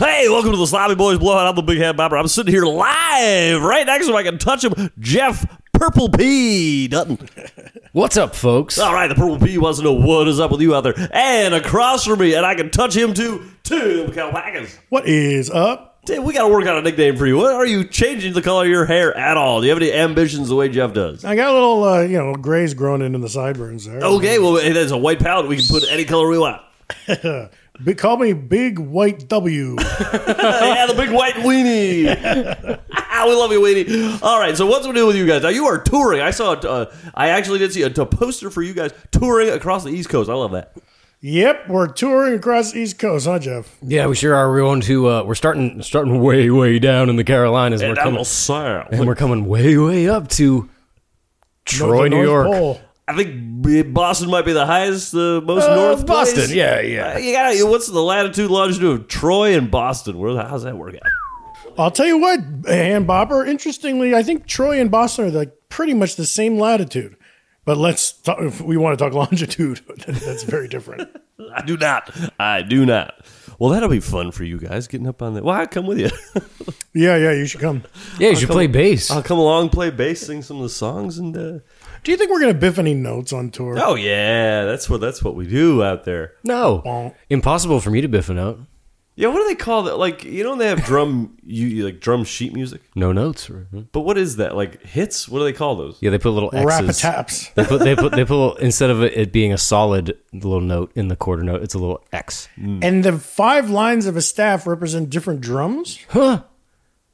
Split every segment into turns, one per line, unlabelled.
Welcome to the Sloppy Boys Blowout. I'm the Big Head Bobber. I'm sitting here live right next to him. I can touch him. Jeff Purple P Dutton.
What's up, folks?
All right, the Purple P wants to know what is up with you out there. And across from me, and I can touch him too, Tim Kalpakis.
What is up?
Tim, we got to work on a nickname for you. What are you changing the color of your hair at all? Do you have any ambitions the way Jeff does?
I got a little, uh, you know, grays growing into the sideburns there.
Okay, well, hey, that's a white palette. We can put any color we want.
Be- call me Big White W.
yeah, the big white weenie. we love you, weenie. All right, so what's we do with you guys? Now you are touring. I saw. Uh, I actually did see a, a poster for you guys touring across the East Coast. I love that.
yep, we're touring across the East Coast, huh, Jeff?
Yeah, we sure are. We're going to uh, we're starting starting way way down in the Carolinas.
And
we're
I'm
coming
a sound.
and we're coming way way up to Troy,
The
New
North
York.
Pole.
I think B- Boston might be the highest, uh, most
Uh,
north. place.
Boston. Yeah, yeah.
Uh, You gotta, what's the latitude longitude of Troy and Boston? Where the, how's that work out?
I'll tell you what, and Bopper. Interestingly, I think Troy and Boston are like pretty much the same latitude. But let's talk, if we want to talk longitude, that's very different.
I do not. I do not. Well, that'll be fun for you guys getting up on that. Well, I'll come with you.
yeah, yeah, you should come.
Yeah, you should play bass.
uh,
I'll come along, play bass, sing some of the songs, and uh,
Do you think we're going to biff any notes on tour?
oh yeah, that's what that's what we do out there.
no, impossible for me to biff a note.
Yeah, what do they call that? Like you know, when they have drum you, you like drum sheet music.
No notes.
But what is that? Like hits? What do they call those?
Yeah, they put little
Rap a
X's.
taps.
They put they put they put a little, instead of it being a solid little note in the quarter note, it's a little X.
And the five lines of a staff represent different drums,
Huh?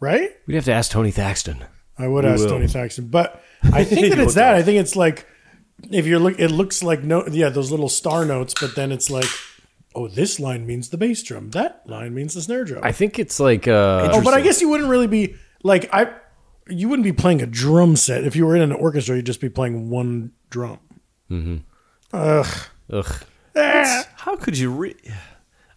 right?
We'd have to ask Tony Thaxton.
I would ask
will.
Tony Thaxton, but I think that
You
it's
would
that. I think it's like if you're look, it looks like no, yeah, those little star notes, but then it's like, oh, this line means the bass drum, that line means the snare drum.
I think it's like uh,
oh, but I guess you wouldn't really be like I, you wouldn't be playing a drum set if you were in an orchestra. You'd just be playing one drum.
ugh.
How could you? Re-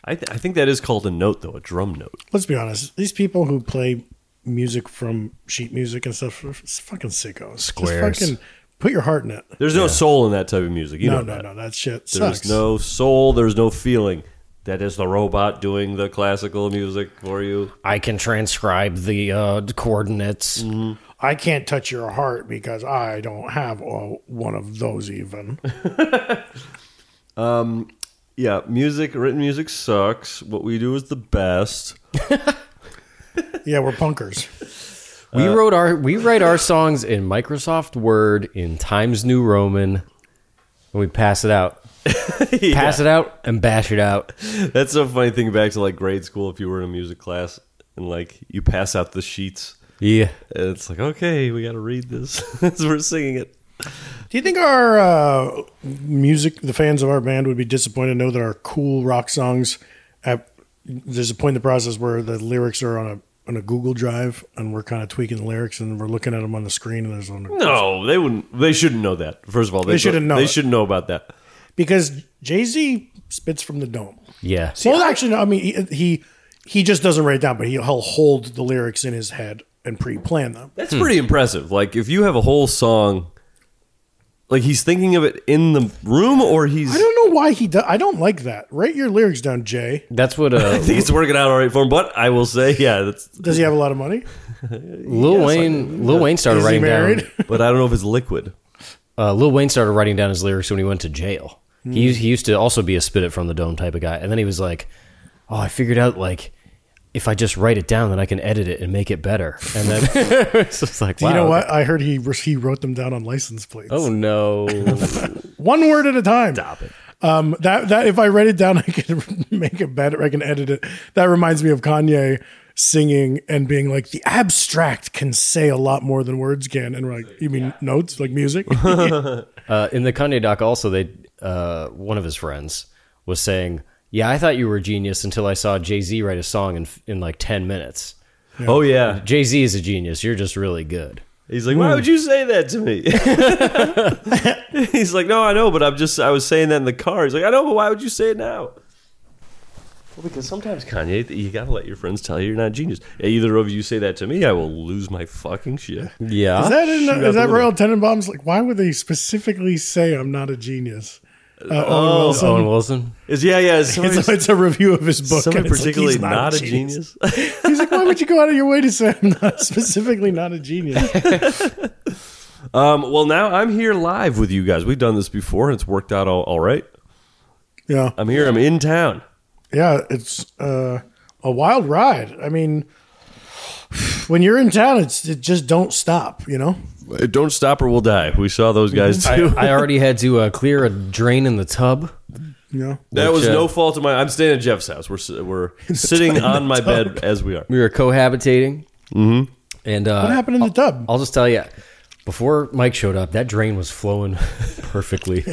I th- I think that is called a note though, a drum note.
Let's be honest; these people who play music from sheet music and stuff, are s- fucking sickos. Just
Squares.
fucking put your heart in it.
There's no soul in that type of music. You
No,
know
no,
that.
no, that shit
There's
sucks.
no soul. There's no feeling. That is the robot doing the classical music for you.
I can transcribe the uh, coordinates.
I can't touch your heart because I don't have a, one of those even.
Yeah, music, written music sucks. What we do is the best.
yeah, we're punkers.
We
Uh,
wrote our we write our songs in Microsoft Word in Times New Roman, and we pass it out, pass it out, and bash it out.
That's a funny thing back to like grade school if you were in a music class and like you pass out the sheets.
Yeah,
And it's like, okay, we got to read this as we're singing it.
Do you think our uh, music, the fans of our band, would be disappointed to know that our cool rock songs, at, there's a point in the process where the lyrics are on a on a Google Drive and we're kind of tweaking the lyrics and we're looking at them on the screen and there's on
No, they wouldn't. They shouldn't know that. First of all, they,
They shouldn't know
They
it.
shouldn't know about that.
because Jay Z spits from the dome.
yeah.
well, actually, no. I mean, he, he he just doesn't write it down, but he'll hold the lyrics in his head and pre-plan them.
That's pretty impressive. Like if you have a whole song, like he's thinking of it in the room, or he's.
I
I,
don't know why he does. I don't like that. Write your lyrics down, Jay.
That's what uh,
think it's working out all right for him. But I will say, yeah, that's.
Does he have a lot of money?
Lil Wayne. Lil Wayne started
Is he
writing down.
married?
But I don't know if it's liquid.
Uh, Lil Wayne started writing down his lyrics when he went to jail.
Hmm.
He used, he used to also be a spit it from the dome type of guy, and then he was like, "Oh, I figured out like." If I just write it down, then I can edit it and make it better. And then it's just like, wow.
You know what? I heard he he wrote them down on license plates.
Oh no!
One word at a time. Stop it. Um, that that if I write it down, I can make it better. I can edit it. That reminds me of Kanye singing and being like, the abstract can say a lot more than words can. And we're like, you mean notes like music?
Uh, in the Kanye doc, also they uh, one of his friends was saying, "Yeah, I thought you were a genius until I saw Jay Z write a song in in like ten minutes.
Oh yeah,
Jay Z is a genius. You're just really good."
he's like,
"Hmm."
why would you say that to me? he's like, no, I know, but I'm just. I was saying that in the car. He's like, I know, but why would you say it now? Well, because sometimes Kanye, you gotta let your friends tell you you're not a genius. Either of you say that to me, I will lose my fucking shit.
Yeah,
Is that in,
Shoot out
is
the
that
window.
Royal Tenenbaums? Like, why would they specifically say I'm not a genius? Uh, Owen Wilson.
Owen Wilson.
Is yeah, yeah. Is somebody,
It's, it's a review of his book.
somebody
and it's like,
particularly
he's
not, a genius?
He's like, why would you go out of your way to say I'm not specifically not a genius?
um, well, now I'm here live with you guys. We've done this before, and it's worked out all, all right.
Yeah,
I'm here. I'm in town.
yeah. It's uh, a wild ride. I mean, when you're in town, it's it just don't stop. You know.
Don't stop or we'll die. We saw those guys
I,
too.
I already had to uh, clear a drain in the tub.
You know.
that was
Which, uh,
no fault of mine. I'm staying at Jeff's house. We're s- we're sitting on my bed as we are.
We were cohabitating. Mm-hmm. And uh,
What happened in the tub?
I'll just tell you, before Mike showed up, that drain was flowing perfectly.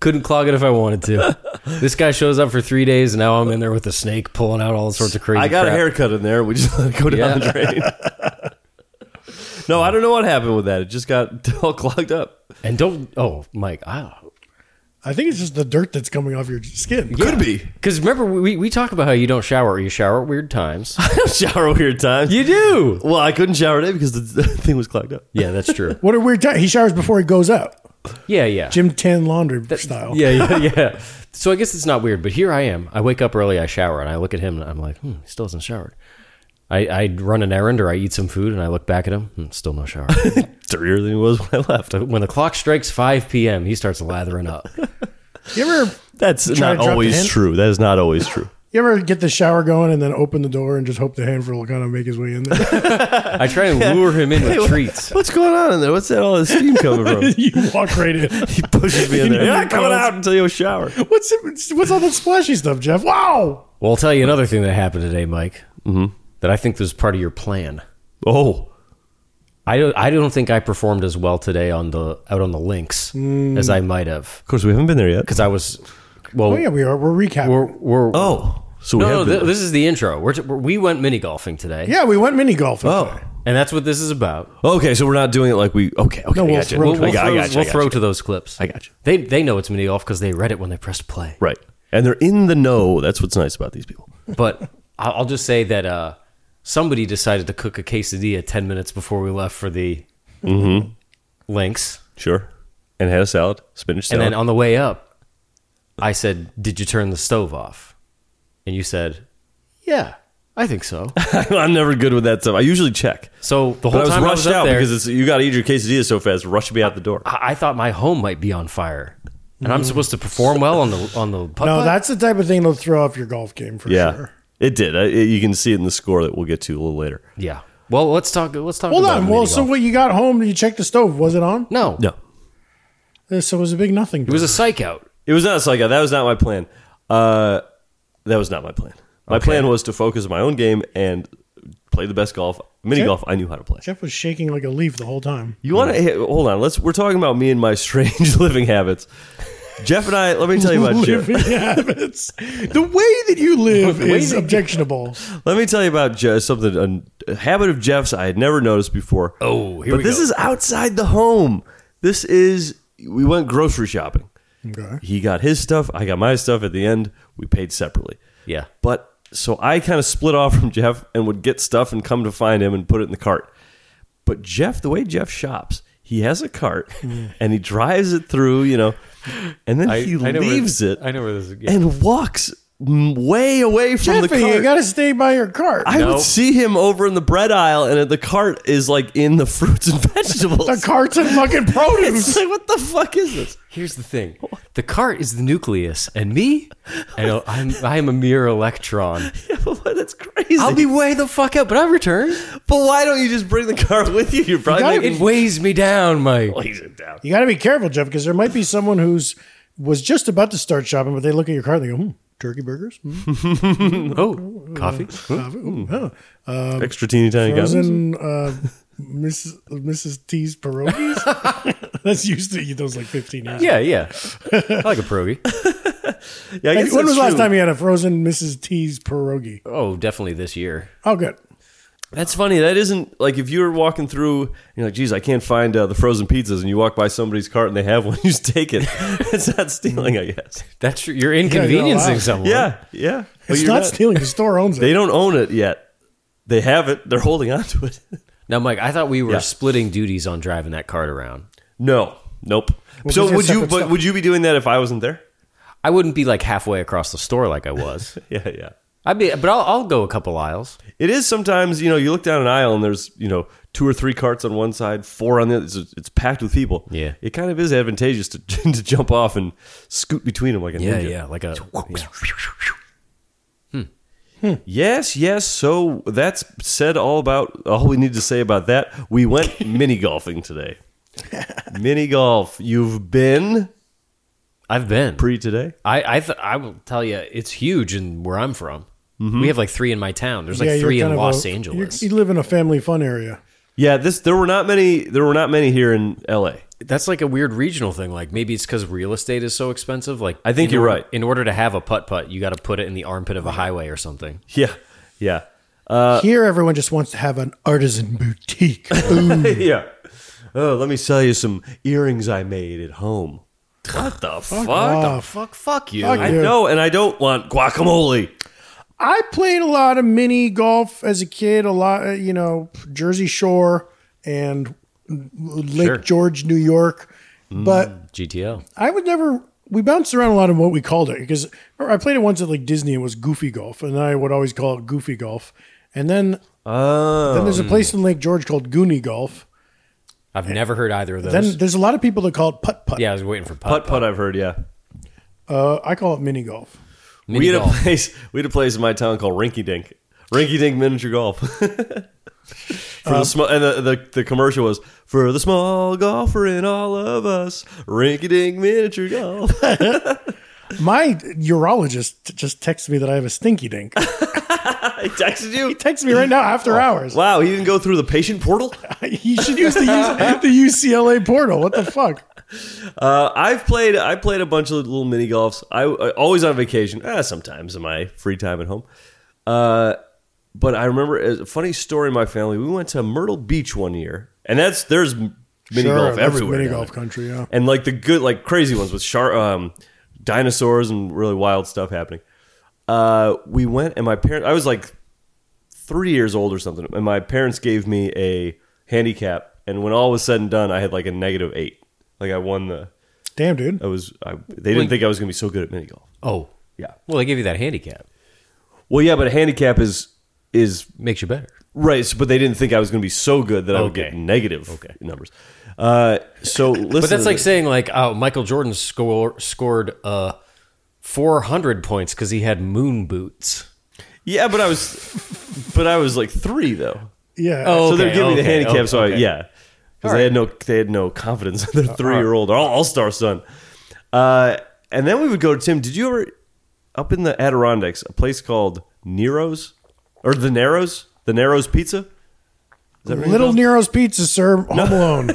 Couldn't clog it if I wanted to. This guy shows up for three days, and now I'm in there with a snake pulling out all sorts of crazy.
I got
crap.
a haircut in there. We just let it go down
Yeah.
the drain. no, I don't know what happened with that. It just got all clogged up.
And don't, oh, Mike, I
I think it's just the dirt that's coming off your skin.
Could be.
Because remember, we, we talk about how you don't shower or you shower at weird times.
I don't shower weird times.
you do.
Well, I couldn't shower today because the the thing was clogged up.
Yeah, that's true.
What a weird time. He showers before he goes out.
Yeah, yeah.
Jim Tan laundry style.
Yeah, yeah, yeah. So I guess it's not weird, but here I am. I wake up early, I shower, and I look at him and I'm like, hmm, he still hasn't showered. I, I run an errand or I eat some food and I look back at him, hmm, still no shower.
Dirtier than it was when I left.
when the clock strikes 5 p.m., he starts lathering up.
You ever
That's
to
not
drop the
always
hint?
true. That is not always true.
you ever get the shower going and then open the door and just hope the handful will kind of make his way in there?
I try and lure him in with treats.
What's going on in there? What's that all the steam coming from?
you walk right in.
he pushes me in there.
You
You're
know,
not coming
calls-
out until you shower.
What's it, what's all that splashy stuff, Jeff? Wow.
Well, I'll tell you another thing that happened today, Mike, mm-hmm. that I think was part of your plan.
Oh,
I don't, I don't think I performed as well today on the out on the links as I might have
of course we haven't been there yet.
because I was well
Oh yeah, we are. We're recapping.
we're, we're
Oh, so we
no, no
have been
th- this is the intro. We're t- we're- we went mini golfing today.
yeah, we went mini golfing.
Oh,
today.
and that's what this is about.
okay. So we're not doing it like we. Okay, okay.
No,
I
we'll
gotcha.
throw-
We'll, we'll
I got,
throw,
I gotcha, I
we'll
gotcha.
throw to those clips.
I gotcha.
They they know it's mini golf because they read it when they press play.
Right, and they're in the know. That's what's nice about these people.
But I- I'll just say that uh, somebody decided to cook a quesadilla ten minutes before we left for the Mm-hmm. links,
Sure, and had a salad, spinach
and
salad.
then on the way up, I said, "Did you turn the stove off?" And you said, "Yeah, I think so."
I'm never good with that stuff. I usually check.
So the whole
But I was
time I
rushed
was up
out
there,
because it's, you got to eat your quesadilla so fast. Rush me out the door.
I, I thought my home might be on fire, and I'm supposed to perform well on the on the putt.
No,
putt?
that's the type of thing that'll throw off your golf game for
Yeah,
sure.
it did. I, it- you can see it in the score that we'll get to a little later.
yeah. Well, let's talk. Let's talk.
Hold
about
on.
mini
Well, so
golf.
when you got home, you checked the stove. Was it on?
no,
No,
Uh, So it was a big nothing.
it was a psych out.
it was not a psycho. That was not my plan. Uh, that was not my plan. My plan was to focus on my own game and play the best golf mini
Sure.
golf I knew how to play.
Jeff was shaking like a leaf the whole time.
You want to hold on? Let's. We're talking about me and my strange living habits. Jeff and I. Let me tell you about Jeff.
Living habits. The way that you live
way
is
that-
objectionable.
Let me tell you about Je- something a, a habit of Jeff's I had never noticed before.
Oh, here
but
we
this
go.
is outside the home. This is we went grocery shopping.
Okay.
He got his stuff. I got my stuff. At the end, we paid separately.
Yeah.
But so I kind of split off from Jeff and would get stuff and come to find him and put it in the cart. But Jeff, the way Jeff shops, he has a cart
Mm.
and he drives it through, you know, and then he leaves it
I know where this is.
and walks m- way away from the
Jeffy,
cart.
you got to stay by your cart.
I
No.
would see him over in the bread aisle, and the cart is like in the fruits and vegetables.
the cart's and fucking produce.
It's like, what the fuck is this?
Here's the thing: the cart is the nucleus, and me, and I'm I'm a mere electron.
Yeah, but that's crazy.
I'll be way the fuck out, but I return.
but why don't you just bring the cart with you? You're probably
gotta-
making
It weighs me down, Mike.
plays it down.
You got to be careful, Jeff, because there might be someone who's was just about to start shopping, but they look at your cart and they go, hmm, turkey burgers, Hmm,
Oh, coffee.
coffee, ooh, huh.
Extra teeny tiny guys.
Um, frozen uh, Mrs. Mrs. T's pierogies. That's used to eat those like 15 years. ago.
Yeah, yeah. I like a pierogi.
Yeah, I guess
when
that's
was the last
true.
time you had a frozen Mrs. T's pierogi?
Oh, definitely this year.
Oh, good.
That's funny. That isn't like if you're walking through, and you're like, geez, I can't find uh, the frozen pizzas, and you walk by somebody's cart and they have one, you just take it. it's not stealing, I guess.
That's you're inconveniencing
allowed.
someone.
Yeah, yeah. But
It's
you're
not, stealing. The store owns
They
it.
don't own it yet. They have it. They're holding on to it.
Now, Mike, I thought we were
Yeah.
splitting duties on driving that cart around.
No, nope.
We'll
so
just get
would you?
separate
But
stuff.
would you be doing that if I wasn't there?
I wouldn't be like halfway across the store like I was.
Yeah, yeah.
I'd be, but I'll, I'll go a couple aisles.
It is sometimes you know you look down an aisle and there's you know two or three carts on one side, four on the other. It's, it's packed with people.
Yeah.
it kind of is advantageous to to jump off and scoot between them like a
Yeah,
ninja.
yeah, like a yeah.
Yes, yes. So that's said all about all we need to say about that. We went mini golfing today. mini golf. You've been
I've been.
pre today.
I I, th- I will tell you, it's huge in where I'm from. We have like three in my town. There's like
Yeah, you're
three
kind
in
of
Los
a-
Angeles.
you're- You live in a family fun area.
Yeah, this there were not many. There were not many here in L.A.
That's like a weird regional thing. Like maybe it's because real estate is so expensive. Like
I think
in
you're
or-
right.
In order to have a putt putt, you got to put it in the armpit of a highway or something.
Yeah, yeah,
Here, everyone just wants to have an artisan boutique. Ooh.
yeah. Oh, let me sell you some earrings I made at home. What the Oh, fuck?
What the
off.
fuck? Fuck you.
Oh, Fuck
I
you.
know, and I don't want guacamole.
I played a lot of mini golf as a kid, a lot, uh, you know, Jersey Shore and Lake
Sure.
George, New York. But
GTO.
I would never. We bounced around a lot of what we called it because I played it once at like Disney. It was Goofy Golf, and I would always call it Goofy Golf. And then
Oh,
then there's a place in Lake George called Goonie Golf.
I've never heard either of those.
Eh, Then there's a lot of people that call it putt putt.
yeah, I was waiting for putt.
putt putt. I've heard. Yeah,
Uh, I call it mini golf.
we
Mini
had a
golf.
place. We had a place in my town called Rinky Dink. Rinky Dink Miniature Golf. for the small, and the, the the commercial was for the small golfer in all of us. Rinky Dink Miniature Golf.
My urologist just texted me that I have a stinky dink. He
I texted you.
texts me right now
Oh.
after hours.
Wow, he didn't go through the patient portal.
He should use the, use, the UCLA portal. What the fuck?
Uh, I've played. I played a bunch of little mini golfs. I, I always on vacation. Eh, sometimes in my free time at home. Uh, but I remember a funny story. in My family. We went to Myrtle Beach one year, and that's there's mini golf
that's
everywhere.
Mini
down
golf
there.
country. Yeah.
and like the good, like crazy ones with shark, um, dinosaurs and really wild stuff happening. Uh, we went, and my parents. I was like three years old or something, and my parents gave me a handicap. And when all was said and done, I had like a negative eight. Like I won the.
Damn, dude.
I was. I, they didn't think I was going to be so good at mini golf.
Oh,
Yeah.
well, they give you that handicap.
Well, yeah, but a handicap is is
Makes you better.
right. So, but they didn't think I was going to be so good that I would get
Okay.
negative numbers. Uh, so listen,
But that's
to
like
this.
saying like, oh, Michael Jordan score, scored uh, 400 points because he had moon boots.
yeah, but I was, but I was like three though.
Yeah.
Oh.
so they're
Okay,
giving me the
okay,
handicap.
okay,
so I,
okay.
yeah, because they had no they had no confidence in their three year old or all star son. Uh, and then we would go to Tim. Did you ever up in the Adirondacks a place called Nero's or the Narrows? The Narrows Pizza.
Little Nero's Pizza, sir. Home Alone.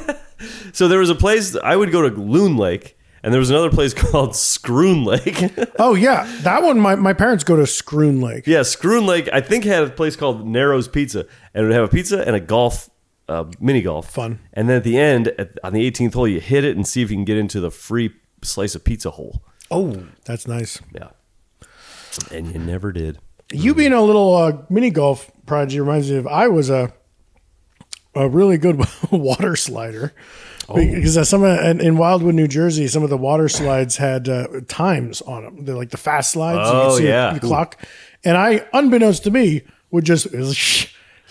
So there was a place I would go to Loon Lake, and there was another place called Scroon Lake.
Oh yeah, that one. My, my parents go to Scroon Lake.
yeah, Scroon Lake I think had a place called Narrows Pizza, and it would have a pizza and a golf, uh, mini golf.
Fun.
And then at the end, at, on the 18th hole, you hit it and see if you can get into the free slice of pizza hole.
Oh,
That's nice.
Yeah. And you never did.
You being a little uh, mini golf prodigy reminds me of I was a a really good water slider because uh, some uh, in- in Wildwood, New Jersey, some of the water slides had uh, times on them. They're like the fast slides. you could
Oh,
see the-
yeah.
the clock. And I, unbeknownst to me, would just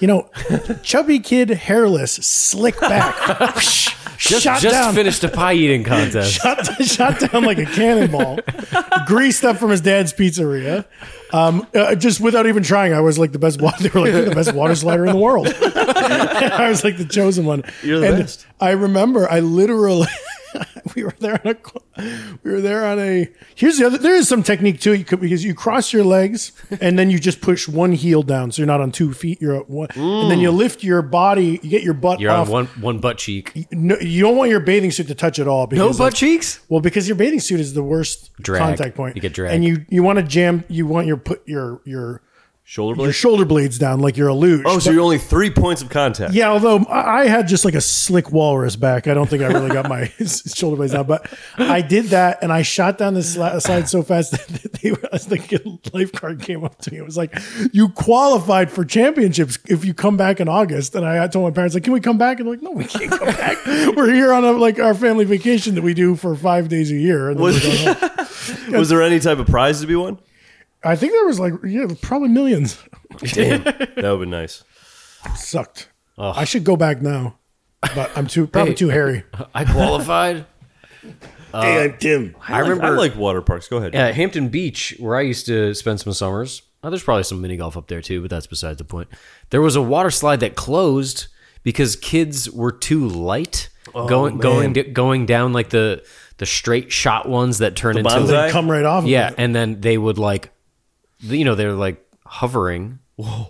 you know, chubby kid, hairless, slick back,
just,
shot
just
down.
finished a pie eating contest.
shot, shot down like a cannonball, greased up from his dad's pizzeria. Um, uh, just without even trying, I was like the best water. They were like "You're the best water slider in the world. I was like the chosen one.
You're the
and
best.
I remember. I literally. we were there on a. We were there on a. Here's the other. There is some technique too. You could, because you cross your legs and then you just push one heel down, so you're not on two feet. You're at one, and then you lift your body. You get your butt
You're
off.
on one one butt cheek.
No, you don't want your bathing suit to touch at all.
No
Because
butt cheeks.
well, because your bathing suit is the worst
Drag.
contact point.
You get drag.
and you you want to jam. You want your put your your
Shoulder
your
blade.
shoulder blades down like you're a luge.
oh, so you're only three points of contact.
Yeah, although I I had just like a slick walrus back. I don't think I really got my shoulder blades out, but I did that and I shot down this sli- slide so fast that they were, I was like, a lifeguard came up to me. It was like, you qualified for championships if you come back in August. And I I told my parents, like, can we come back? And they're like, no, we can't come back. We're here on a, like our family vacation that we do for five days a year. And then
Was,
we're going home.
was there any type of prize to be won?
I think there was like, yeah, probably millions.
Damn, that would have been nice.
Sucked. I should go back now, but I'm too probably
Hey.
too hairy.
I qualified.
hey, I'm Tim.
I
remember-
Like, I like water parks. Go ahead.
at Hampton Beach, where I used to spend some summers. uh, there's probably some mini golf up there too, but that's beside the point. There was a water slide that closed because kids were too light going going d- going down like the the straight shot ones that turn into
bonsai?
They come right off. of
yeah,
it.
and then they would like, the- you know, they're like hovering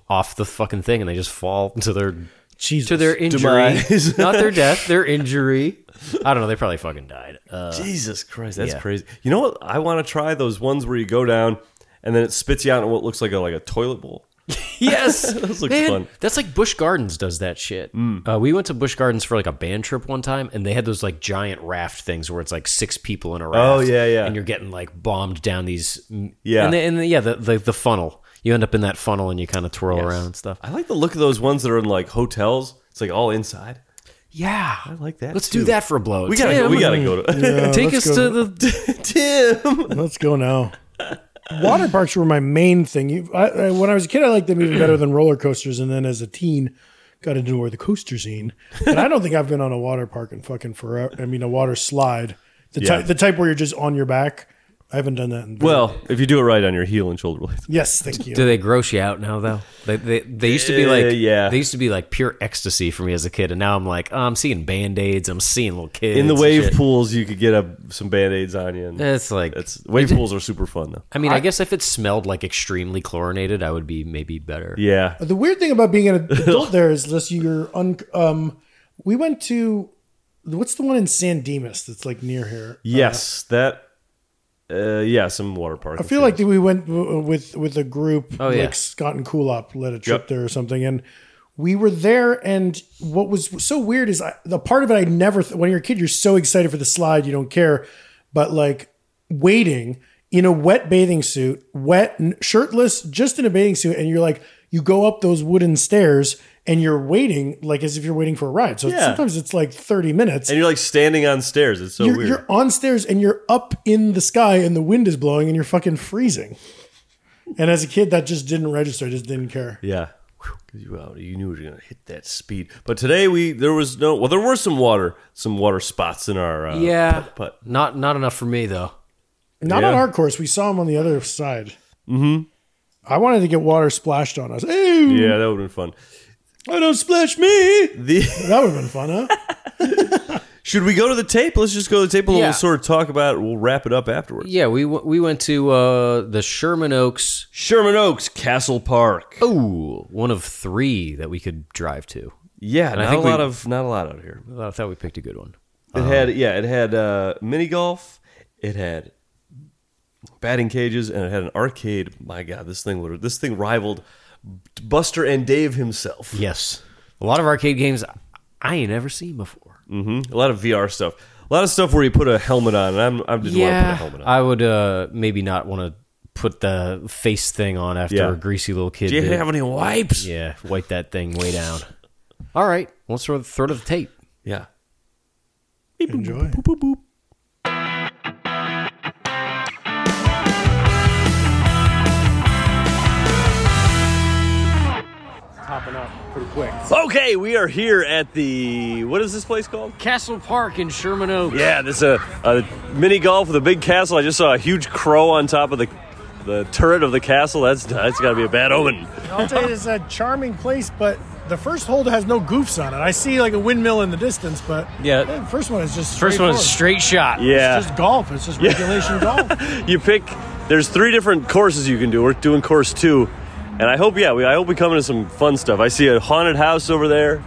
off the fucking thing, and they just fall to their
Jesus.
to their injury,
Demise.
not their death, their injury. I don't know. They probably fucking died. Uh,
Jesus Christ, that's
yeah.
crazy. You know what? I want to try those ones where you go down and then it spits you out in what looks like a like a toilet bowl.
yes,
Those look
Man,
fun. Mm.
That's like Bush Gardens does that shit. Uh, we went to Bush Gardens for like a band trip one time, and they had those like giant raft things where it's like six people in a raft.
Oh, yeah, yeah.
And you're getting like bombed down these.
Yeah.
and, they, and they- yeah, the, the the funnel. You end up in that funnel and you kind of twirl around and stuff.
I like the look of those ones that are in like hotels. It's like all inside.
Yeah, I
like that,
Let's
too.
do that for a blow.
We gotta go, we gotta go to
Yeah,
take us
let's
to
go-
the.
Tim.
Let's go now. Water parks were my main thing. You, I, I, when I was a kid, I liked them even better than roller coasters. And then as a teen, got into more of the coaster scene. And I don't think I've been on a water park in fucking forever. I mean, a water slide, the
Yeah.
type, the type where you're just on your back. I haven't done that. In
Well, if you do it right on your heel and shoulder blades.
yes, thank you.
Do they gross you out now though? They they, they used to be like
Yeah, Uh, yeah.
They used to be like pure ecstasy for me as a kid, and now I'm like oh, I'm seeing band aids. I'm seeing little kids
In the
and
wave
shit.
pools, you could get up some band aids on you. And
It's like
that's wave pools are super fun though.
I mean, I, guess if it smelled like extremely chlorinated, I would be maybe better.
Yeah,
The weird thing about being an adult there is, unless you're un, um, we went to what's the one in San Dimas that's like near here.
yes, that. Uh, yeah, some water park.
I feel like we went w- with with a group
Oh, yeah.
like Scott and Kulop led a trip
Yep.
there or something, and we were there. And what was so weird is I, the part of it I never th- when you're a kid you're so excited for the slide you don't care, but like waiting in a wet bathing suit, wet n- shirtless, just in a bathing suit, and you're like you go up those wooden stairs and you're waiting like as if you're waiting for a ride. So
Yeah.
sometimes it's like thirty minutes
and you're like standing on stairs. It's so
you're,
weird.
you're on stairs and you're up in the sky and the wind is blowing and you're fucking freezing. And as a kid, that just didn't register. I just didn't care.
Yeah. Because you out, you knew you were gonna hit that speed. But today we there was no well there were some water some water spots in our uh,
Yeah.
putt,
Not not enough for me though.
Not on
Yeah.
our course. We saw him on the other side. Mm-hmm. I wanted to get water splashed on us. Ew,
yeah that would have been fun.
I don't splash me.
The
That would have been fun, huh?
should we go to the tape? Let's just go to the tape and
Yeah.
we'll sort of talk about it. We'll wrap it up afterwards.
Yeah, we w- we went to uh, the Sherman Oaks.
Sherman Oaks Castle Park.
Oh, one of three that we could drive to.
Yeah,
I
not a
think
lot
we-
of not a lot out here.
Well, I thought we picked a good one.
It had yeah it had uh, mini golf. It had batting cages and it had an arcade. My God, this thing would this thing rivaled Buster and Dave himself.
Yes, a lot of arcade games I- I ain't ever seen before.
hmm A lot of VR stuff. A lot of stuff where you put a helmet on, and I'm, I didn't want to put a helmet on.
I would uh, maybe not want to put the face thing on after
Yeah.
a greasy little kid.
Do you
did.
have any wipes? Yeah.
yeah, wipe that thing way down. All right, let's throw throw to the tape.
Enjoy.
Okay, we are here at the what is this place called?
Castle Park in Sherman Oaks.
Yeah, this is a, a mini golf with a big castle. I just saw a huge crow on top of the the turret of the castle. That's that's got to be a bad omen.
I'll tell you, it's a charming place, but the first hole has no goofs on it. I see like a windmill in the distance, but
Yeah.
the first one is just
First one is straight
straightforward.
shot.
Yeah,
It's just golf. It's just regulation golf.
you pick there's three different courses you can do we're doing course two and i hope yeah we, i hope we come into some fun stuff i see a haunted house over there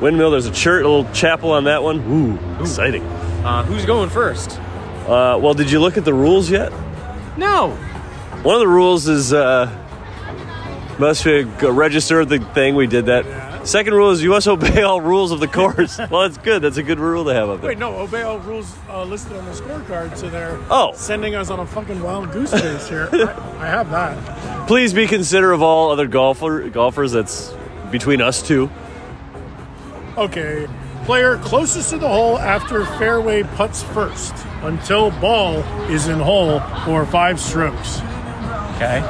windmill there's a church a little chapel on that one ooh exciting
Uh, who's going first?
uh, well did you look at the rules yet
No.
one of the rules is uh, Must re- go- register the thing. We did that. Second rule is you must obey all rules of the course. well, that's good. That's a good rule to have up there.
Wait, no, obey all rules uh, listed on the scorecard, so they're
Oh.
sending us on a fucking wild goose chase here. I, I have that.
Please be considerate of all other golfer golfers. That's between us two.
Okay, player closest to the hole after fairway putts first until ball is in hole for five strokes.
Okay.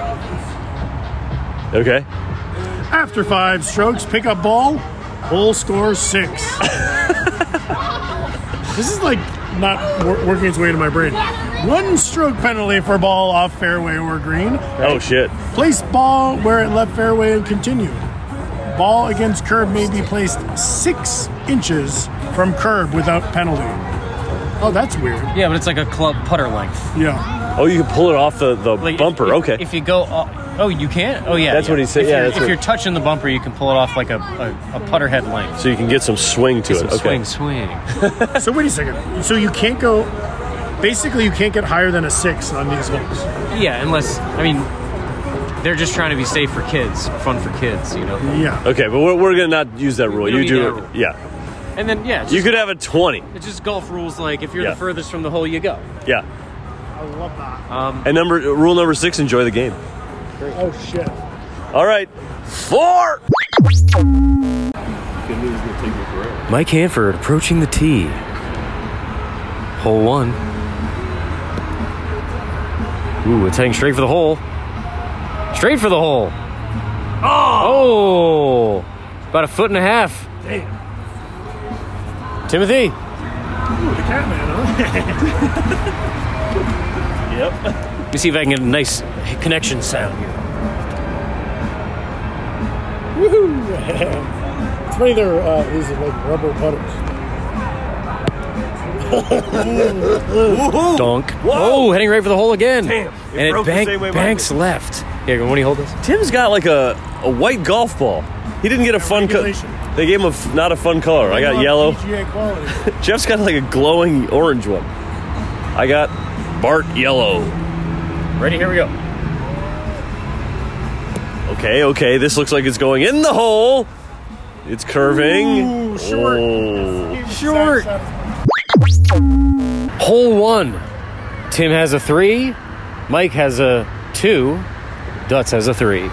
Okay.
After five strokes, pick up ball, hole score six. this is like not wor- working its way into my brain. One stroke penalty for ball off fairway or green.
Oh shit.
Place ball where it left fairway and continue. Ball against curb may be placed six inches from curb without penalty. Oh, that's weird.
Yeah, but it's like a club putter length.
Yeah.
Oh, you can pull it off the, the
Like if-
bumper.
if-
okay.
If you go, off, oh, you can't. Oh, yeah.
That's what he said.
If
Yeah,
you're,
that's
if
what-
you're touching the bumper, you can pull it off like a, a, a putter head length.
so you can get some swing to
Some
it. Okay.
Swing, swing.
So wait a second. So you can't go. Basically, you can't get higher than a six on these holes.
Yeah, unless I mean, they're just trying to be safe for kids, fun for kids, you know.
Yeah.
Okay, but we're, we're gonna not use that rule.
don't
You
need that
do.
rule.
Yeah.
And then yeah, it's
You
just,
could have a twenty.
it's just golf rules. Like if you're
Yeah.
the furthest from the hole, you go.
Yeah.
I love that.
Um,
And number rule number six: enjoy the game.
Oh shit.
All right. Four.
Mike Hanford approaching the tee. Hole one. Ooh, it's heading straight for the hole. Straight for the hole. Oh! About a foot and a half.
Damn.
Timothy,
Ooh, the Catman, huh?
let me see if I can get a nice connection sound here.
Woohoo! it's funny there uh, is like rubber putters.
Donk.
Whoa.
Oh, heading right for the hole again.
Damn. It
and it
broke the
bank,
same way mine
banks left. Here, when do you hold this?
Tim's got like a, a white golf ball. He didn't get a fun color.
regulation.
They gave him a f- not a fun color. I got
Love
yellow.
PGA quality.
Jeff's got like a glowing orange one. I got Bart yellow.
Ready? Here we go.
Okay, okay. This looks like it's going in the hole. It's curving.
Ooh, short.
Oh.
Short. Hole one. Tim has a three. Mike has a two. Dutz has a three.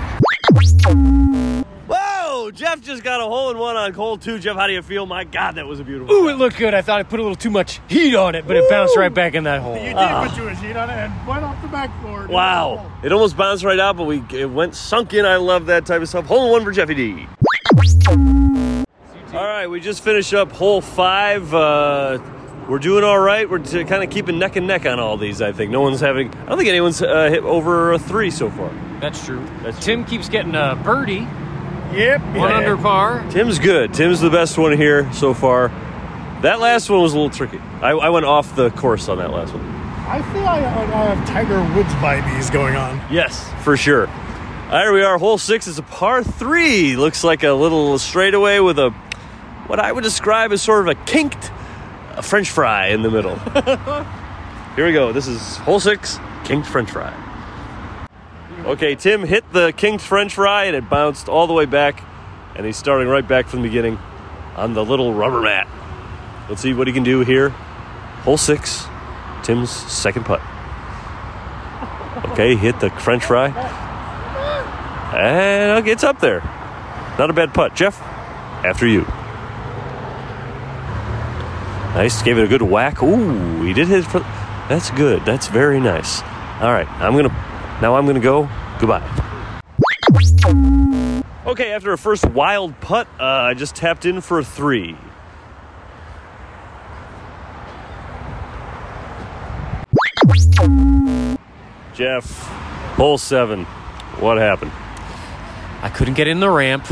Whoa! Jeff just got a hole in one on hole two. Jeff, how do you feel? My God, that was a beautiful.
Ooh, it looked good. I thought I put a little too much heat on it, but it bounced right back in that hole.
You did put your heat on it and went off the backboard.
Wow! It almost bounced right out, but we it went sunk in. I love that type of stuff. Hole in one for Jeffy D. All right, we just finished up hole five. Uh, we're doing all right. We're t- kind of keeping neck and neck on all these. I think no one's having. I don't think anyone's uh, hit over a three so far.
That's true. Tim keeps getting a birdie,
Yep.
one under par.
Tim's good. Tim's the best one here so far. That last one was a little tricky. I, I went off the course on that last one.
I feel like I have Tiger Woods vibes going on.
Yes, for sure. There we are. Hole six is a par three. Looks like a little straightaway with a what I would describe as sort of a kinked a French fry in the middle. here we go. This is hole six, kinked French fry. Okay, Tim hit the kinked French fry and it bounced all the way back, and he's starting right back from the beginning on the little rubber mat. Let's see what he can do here. Hole six, Tim's second putt. Okay, hit the French fry. And okay, it's up there. Not a bad putt. Jeff, after you. Nice. Gave it a good whack. Ooh, he did hit. For, that's good. That's very nice. All right, I'm gonna. Now I'm gonna go. Goodbye. Okay, after a first wild putt, uh, I just tapped in for a three. Jeff, hole seven. What happened?
I couldn't get in the ramp.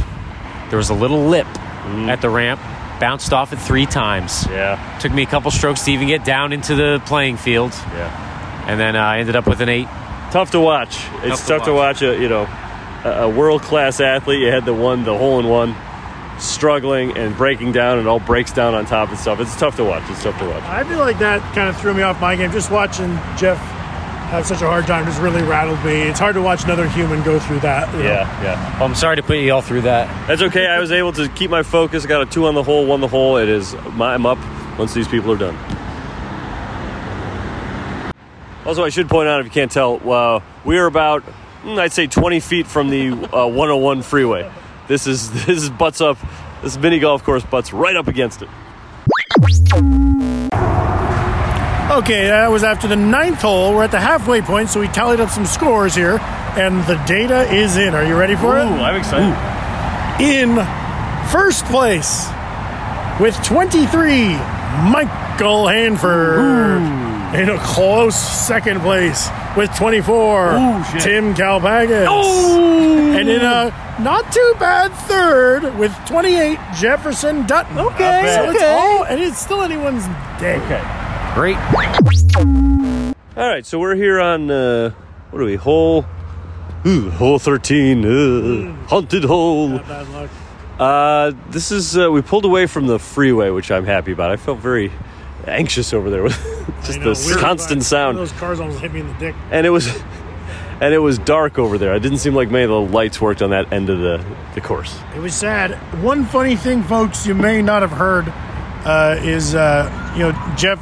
There was a little lip at the ramp. Bounced off it three times.
Yeah,
Took me a couple strokes to even get down into the playing field,
yeah.
and then uh, I ended up with an eight.
Tough to watch. It's tough,
Tough
to
to
watch. a you know a, a world class athlete. You had the one, the hole in one, struggling and breaking down, and all breaks down on top and stuff. It's tough to watch. It's tough to watch.
I feel like that kind of threw me off my game. Just watching Jeff have such a hard time just really rattled me. It's hard to watch another human go through that. you know.
Yeah, yeah.
Well, Oh, I'm sorry to put you all through that.
That's okay. I was able to keep my focus. I got a two on the hole, one the hole. It is my, I'm up once these people are done. Also, I should point out if you can't tell, uh, we are about mm, I'd say 20 feet from the uh, 101 freeway. This is this is butts up. This mini golf course butts right up against it.
Okay, that was after the ninth hole. We're at the halfway point, so we tallied up some scores here, and the data is in. Are you ready for it?
I'm excited.
in first place with 23, Michael Hanford. In a close second place with 24, Tim Kalpakis. Oh! And in a not too bad third with 28, Jefferson Dutton. Okay, so it's all, and it's still anyone's day.
Great.
All right, so we're here on uh, what are we hole? Ooh, hole 13, uh, haunted hole.
Bad luck.
Uh, this is uh, we pulled away from the freeway, which I'm happy about. I felt very anxious over there with
I
just
know,
the
weird
constant
vibes. One
sound,
of Those cars almost hit me in the dick.
and it was and it was dark over there. It didn't seem like many of the lights worked on that end of the the course.
It was sad. One funny thing, folks, you may not have heard uh, is, uh, you know, Jeff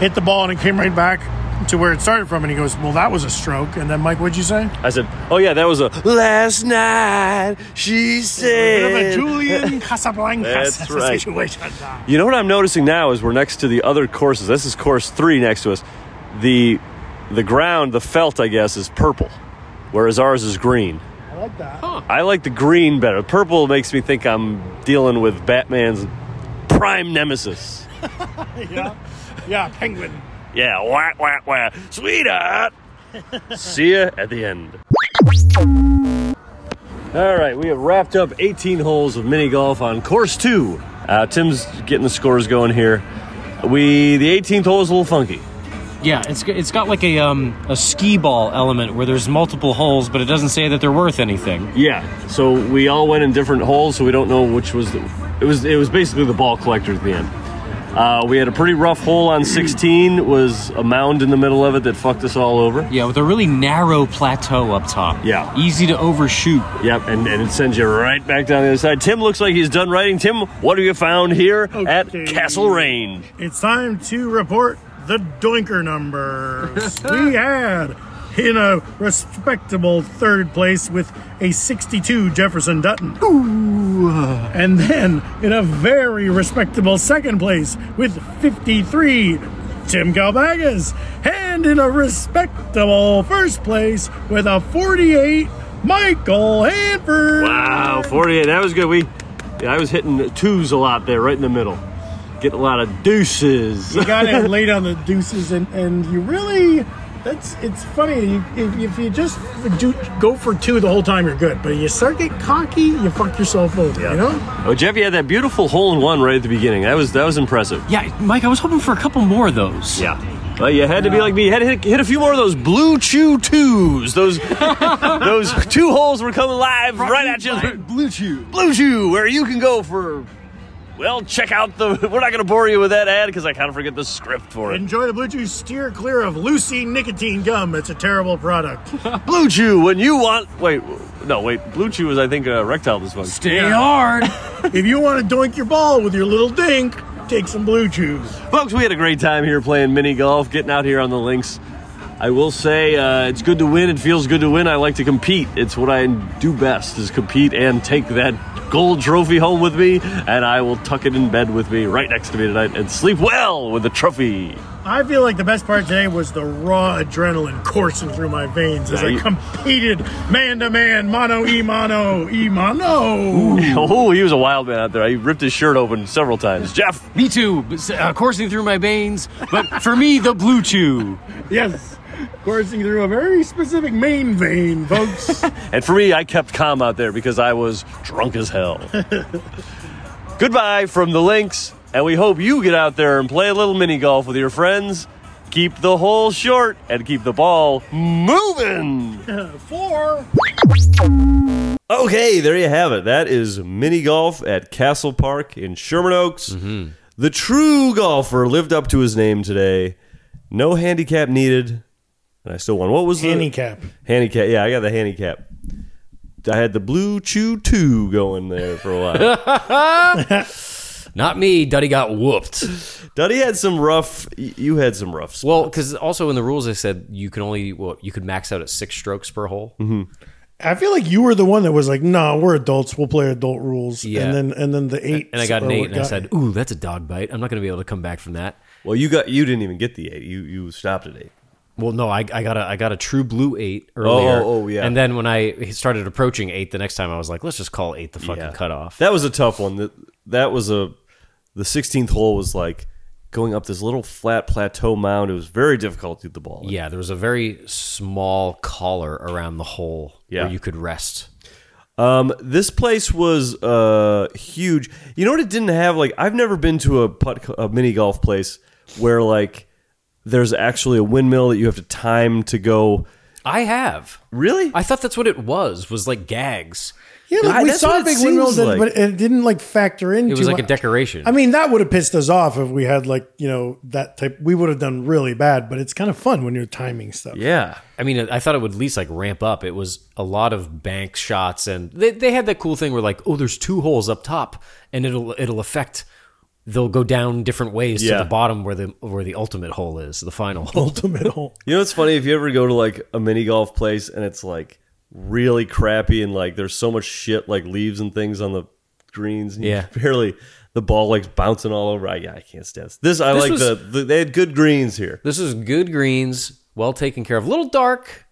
hit the ball and it came right back to where it started from. And he goes, Well, that was a stroke. And then, Mike, what'd you say?
I said, "Oh yeah, that was a last night." She
Bit of a
said.
Julian Casablancas
That's right.
situation.
You know what I'm noticing now is we're next to the other courses. This is course three next to us. The the ground, the felt, I guess, is purple, whereas ours is green.
I like that.
I like the green better. Purple makes me think I'm dealing with Batman's prime nemesis.
Yeah. Yeah, penguin.
Yeah, wah, wah, wah. Sweetheart! See ya at the end. All right, we have wrapped up 18 holes of mini golf on course two. Uh, Tim's getting the scores going here. We the 18th hole is a little funky.
Yeah, it's g- it's got like a um a skee ball element where there's multiple holes, but it doesn't say that they're worth anything.
Yeah, so we all went in different holes, so we don't know which was the. It was it was basically the ball collector at the end. Uh, we had a pretty rough hole on 16. Was a mound in the middle of it that fucked us all over.
Yeah, with a really narrow plateau up top.
Yeah.
easy to overshoot.
Yep, and, and it sends you right back down the other side. Tim looks like he's done writing. Tim, what have you found here at
Okay.
Castle Range?
It's time to report the doinker numbers. we had in a respectable third place with a 62 Jefferson Dutton. And then in a very respectable second place with 53 Tim Galbagas. And in a respectable first place with a 48 Michael Hanford.
Wow, 48. That was good. We, yeah, I was hitting twos a lot there, right in the middle. Getting a lot of deuces.
you got to lay down the deuces, and and you really. That's it's funny. You, if, if you just do, go for two the whole time, you're good. But you start getting cocky, you fuck yourself over. You know.
Oh, Jeff, you had that beautiful hole in one right at the beginning. That was that was impressive.
Yeah, Mike, I was hoping for a couple more of those.
Yeah. Well, you had to be like me. You had to hit, hit a few more of those blue chew twos. Those those two holes were coming live right at you.
Blue Chew.
Blue chew, where you can go for. Well, check out the. We're not going to bore you with that ad because I kind of forget the script for it.
Enjoy the blue juice. Steer clear of Lucy nicotine gum. It's a terrible product.
Blue chew, when you want. Wait, no, wait. Blue chew was I think uh, erectile dysfunction.
Stay hard.
if you want to doink your ball with your little dink, take some blue juice.
Folks, we had a great time here playing mini golf, getting out here on the links. I will say uh, it's good to win. It feels good to win. I like to compete. It's what I do best is compete and take that gold trophy home with me, and I will tuck it in bed with me right next to me tonight and sleep well with the trophy.
I feel like the best part today was the raw adrenaline coursing through my veins as
Yeah,
I
you-
competed man to man, mono e mono e mono.
Oh, he was a wild man out there. He ripped his shirt open several times. Jeff,
me too. but, Uh, coursing through my veins, but for me, the Blue Chew.
Yes, coursing through a very specific main vein, folks.
and for me, I kept calm out there because I was drunk as hell. Goodbye from the links, and we hope you get out there and play a little mini golf with your friends. Keep the hole short and keep the ball moving.
Four.
Okay, there you have it. That is mini golf at Castle Park in Sherman Oaks. The true golfer lived up to his name today. No handicap needed. and I still won. What was the
Handicap.
handicap? Yeah, I got the handicap. I had the blue chew two going there for a while.
Not me. Duddy got whooped.
Duddy had some rough. y- You had some rough. spots.
Well, because also in the rules they said you can only well, you could max out at six strokes per hole.
I feel like you were the one that was like, "No, nah, we're adults. We'll play adult rules."
Yeah.
And then and then the eight.
And I oh, got an eight, and I said, "Ooh, that's a dog bite. I'm not going to be able to come back from that."
Well, you got you didn't even get the eight. You you stopped at eight.
Well, no, I, I got a I got a true blue eight earlier.
oh, yeah.
And then when I started approaching eight the next time, I was like, "Let's just call eight the fucking
Yeah.
cutoff."
That was a tough one. That that was a the sixteenth hole was like going up this little flat plateau mound. It was very difficult to get the ball. in.
Yeah, there was a very small collar around the hole
Yeah.
where you could rest.
Um, this place was uh huge. You know what? It didn't have like I've never been to a putt a mini golf place where like there's actually a windmill that you have to time to go.
I have.
Really?
I thought that's what it was. Was like gags.
"Yeah, like,
God,
we
that's
saw
what
a
it
big windmill,
seems
that-
like.
but it didn't like factor into
It was like a
my-
decoration.
I mean, that would have pissed us off if we had like you know that type. We would have done really bad, but it's kind of fun when you're timing stuff.
yeah.
I mean, I thought it would at least like ramp up. It was a lot of bank shots, and they, they had that cool thing where like, oh, there's two holes up top, and it'll it'll affect. They'll go down different ways
Yeah.
to the bottom where the where the ultimate hole is, the final hole.
Ultimate hole.
You know what's funny? If you ever go to like a mini golf place and it's like really crappy and like there's so much shit like leaves and things on the greens. And you
Yeah.
barely the ball like bouncing all over. I, I can't stand this. This I
This
like
was-
the, the they had good greens here.
This is good greens, well taken care of. A little dark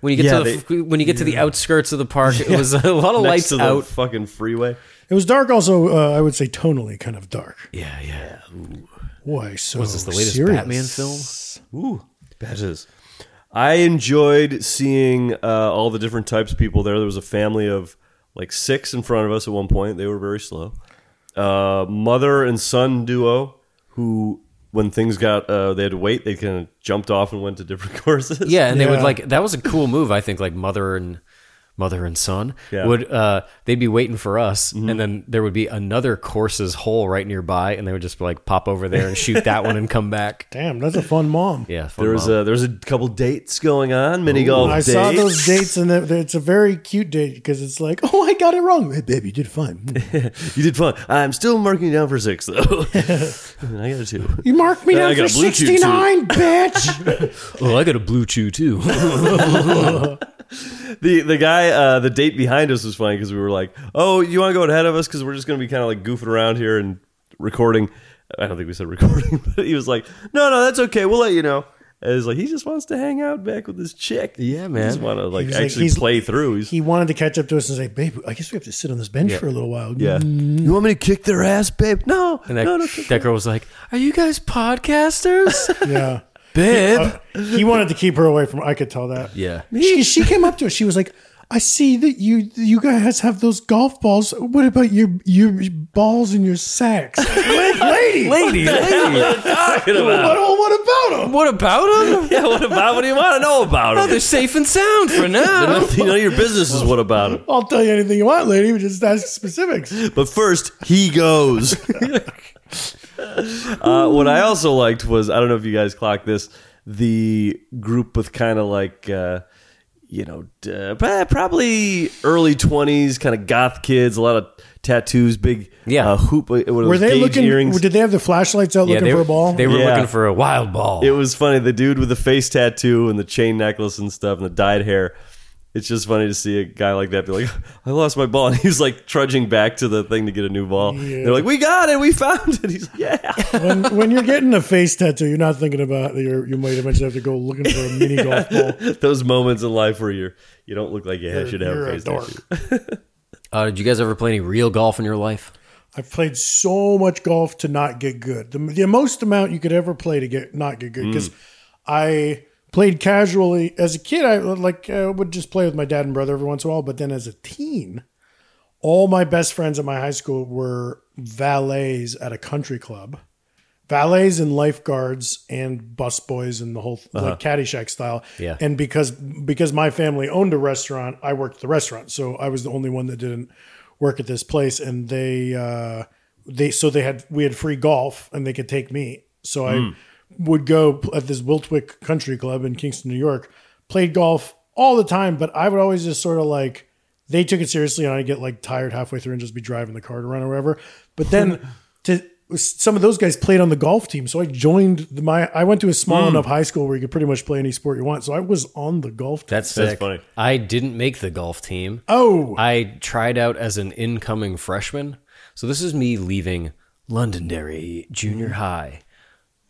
when you get
Yeah,
to the when you get to the outskirts of the park. It was a lot of
Next
lights
to the
out.
fucking freeway.
It was dark, also. Uh, I would say tonally kind of dark.
Yeah, yeah.
Why so?
Was this the latest
serious?
Batman film?
Ooh, that is. I enjoyed seeing uh, all the different types of people there. There was a family of like six in front of us at one point. They were very slow. Uh, mother and son duo who, when things got, uh, they had to wait. They kind of jumped off and went to different courses.
Yeah, and they would
Yeah.
like that was a cool move. I think like mother and mother and son
Yeah.
would uh they'd be waiting for us, and then there would be another course's hole right nearby, and they would just like pop over there and shoot that one and come back.
Damn, that's a fun mom.
Yeah, fun
There was
mom.
a there was a couple dates going on mini golf.
I
dates.
saw those dates, and they're- they're- it's a very cute date because it's like, oh, I got it wrong. Hey, babe, you did fine.
You did fun. I'm still marking you down for six though. I got a two.
You marked me
Yeah, I
down
got
for
a blue chew, too.
69, bitch.
oh, I got a blue chew too.
the the guy uh, the date behind us was funny because we were like, "Oh, you want to go ahead of us because we're just going to be kind of like goofing around here and recording." I don't think we said recording, but he was like, "No, no, that's okay. We'll let you know." And he's like, he just wants to hang out back with this chick.
Yeah,
He
man.
just want to like
was like,
actually
he's-
play through. He's,
he wanted to catch up to us and say, babe, I guess we have to sit on this bench for a little while.
yeah. You want me to kick their ass, babe? No,
And that,
no, no.
that girl was like, "Are you guys podcasters,
Yeah.
babe?"
He wanted to keep her away from, I could tell that.
yeah.
She, she came up to us. She was like, I see that you you guys have those golf balls. What about your your balls and your sacks? Like, lady,
Lady, lady,
what, what about them?
what about them?
yeah, what about? What do you want to know
Oh,
about him?
they're safe and sound for now.
None of your business is what about him.
I'll tell you anything you want, lady, but just ask specifics.
But first, he goes. uh, what I also liked was I don't know if you guys clocked this. The group with kind of like uh, you know d- uh, pro- probably early twenties, kind of goth kids, a lot of tattoos, big
Yeah.
uh, hoop. What
Were they looking?
earrings?
Did they have the flashlights out
Yeah,
looking
they
for
were,
a ball?
they were
Yeah.
looking for a wild ball.
it was funny. The dude with the face tattoo and the chain necklace and stuff and the dyed hair. It's just funny to see a guy like that be like, I lost my ball. And he's like trudging back to the thing to get a new ball. They're like, We got it. We found it. He's like, Yeah.
when, when you're getting a face tattoo, you're not thinking about that you're, you might eventually have to go looking for a mini golf ball.
those moments in life where you're you don't look like you should have
You're
a
a
face
dork.
tattoo.
Uh, did you guys ever play any real golf in your life?
I've played so much golf to not get good. The, the most amount you could ever play to get not get good
Mm.
because I played casually as a kid. I like I would just play with my dad and brother every once in a while, but then as a teen, all my best friends at my high school were valets at a country club. Valets and lifeguards and busboys and the whole like Caddyshack style.
Yeah.
And because because my family owned a restaurant, I worked at the restaurant, so I was the only one that didn't work at this place. And they uh, they so they had we had free golf, and they could take me. So I would go at this Wiltwick Country Club in Kingston, New York, played golf all the time, but I would always just sort of like they took it seriously and I'd get like tired halfway through and just be driving the cart around or whatever. But then to some of those guys played on the golf team. So I joined the, my I went to a small
Hmm.
enough high school where you could pretty much play any sport you want. So I was on the golf team.
That's
That's
sick.
funny.
I didn't make the golf team.
oh,
I tried out as an incoming freshman. So this is me leaving Londonderry Junior High.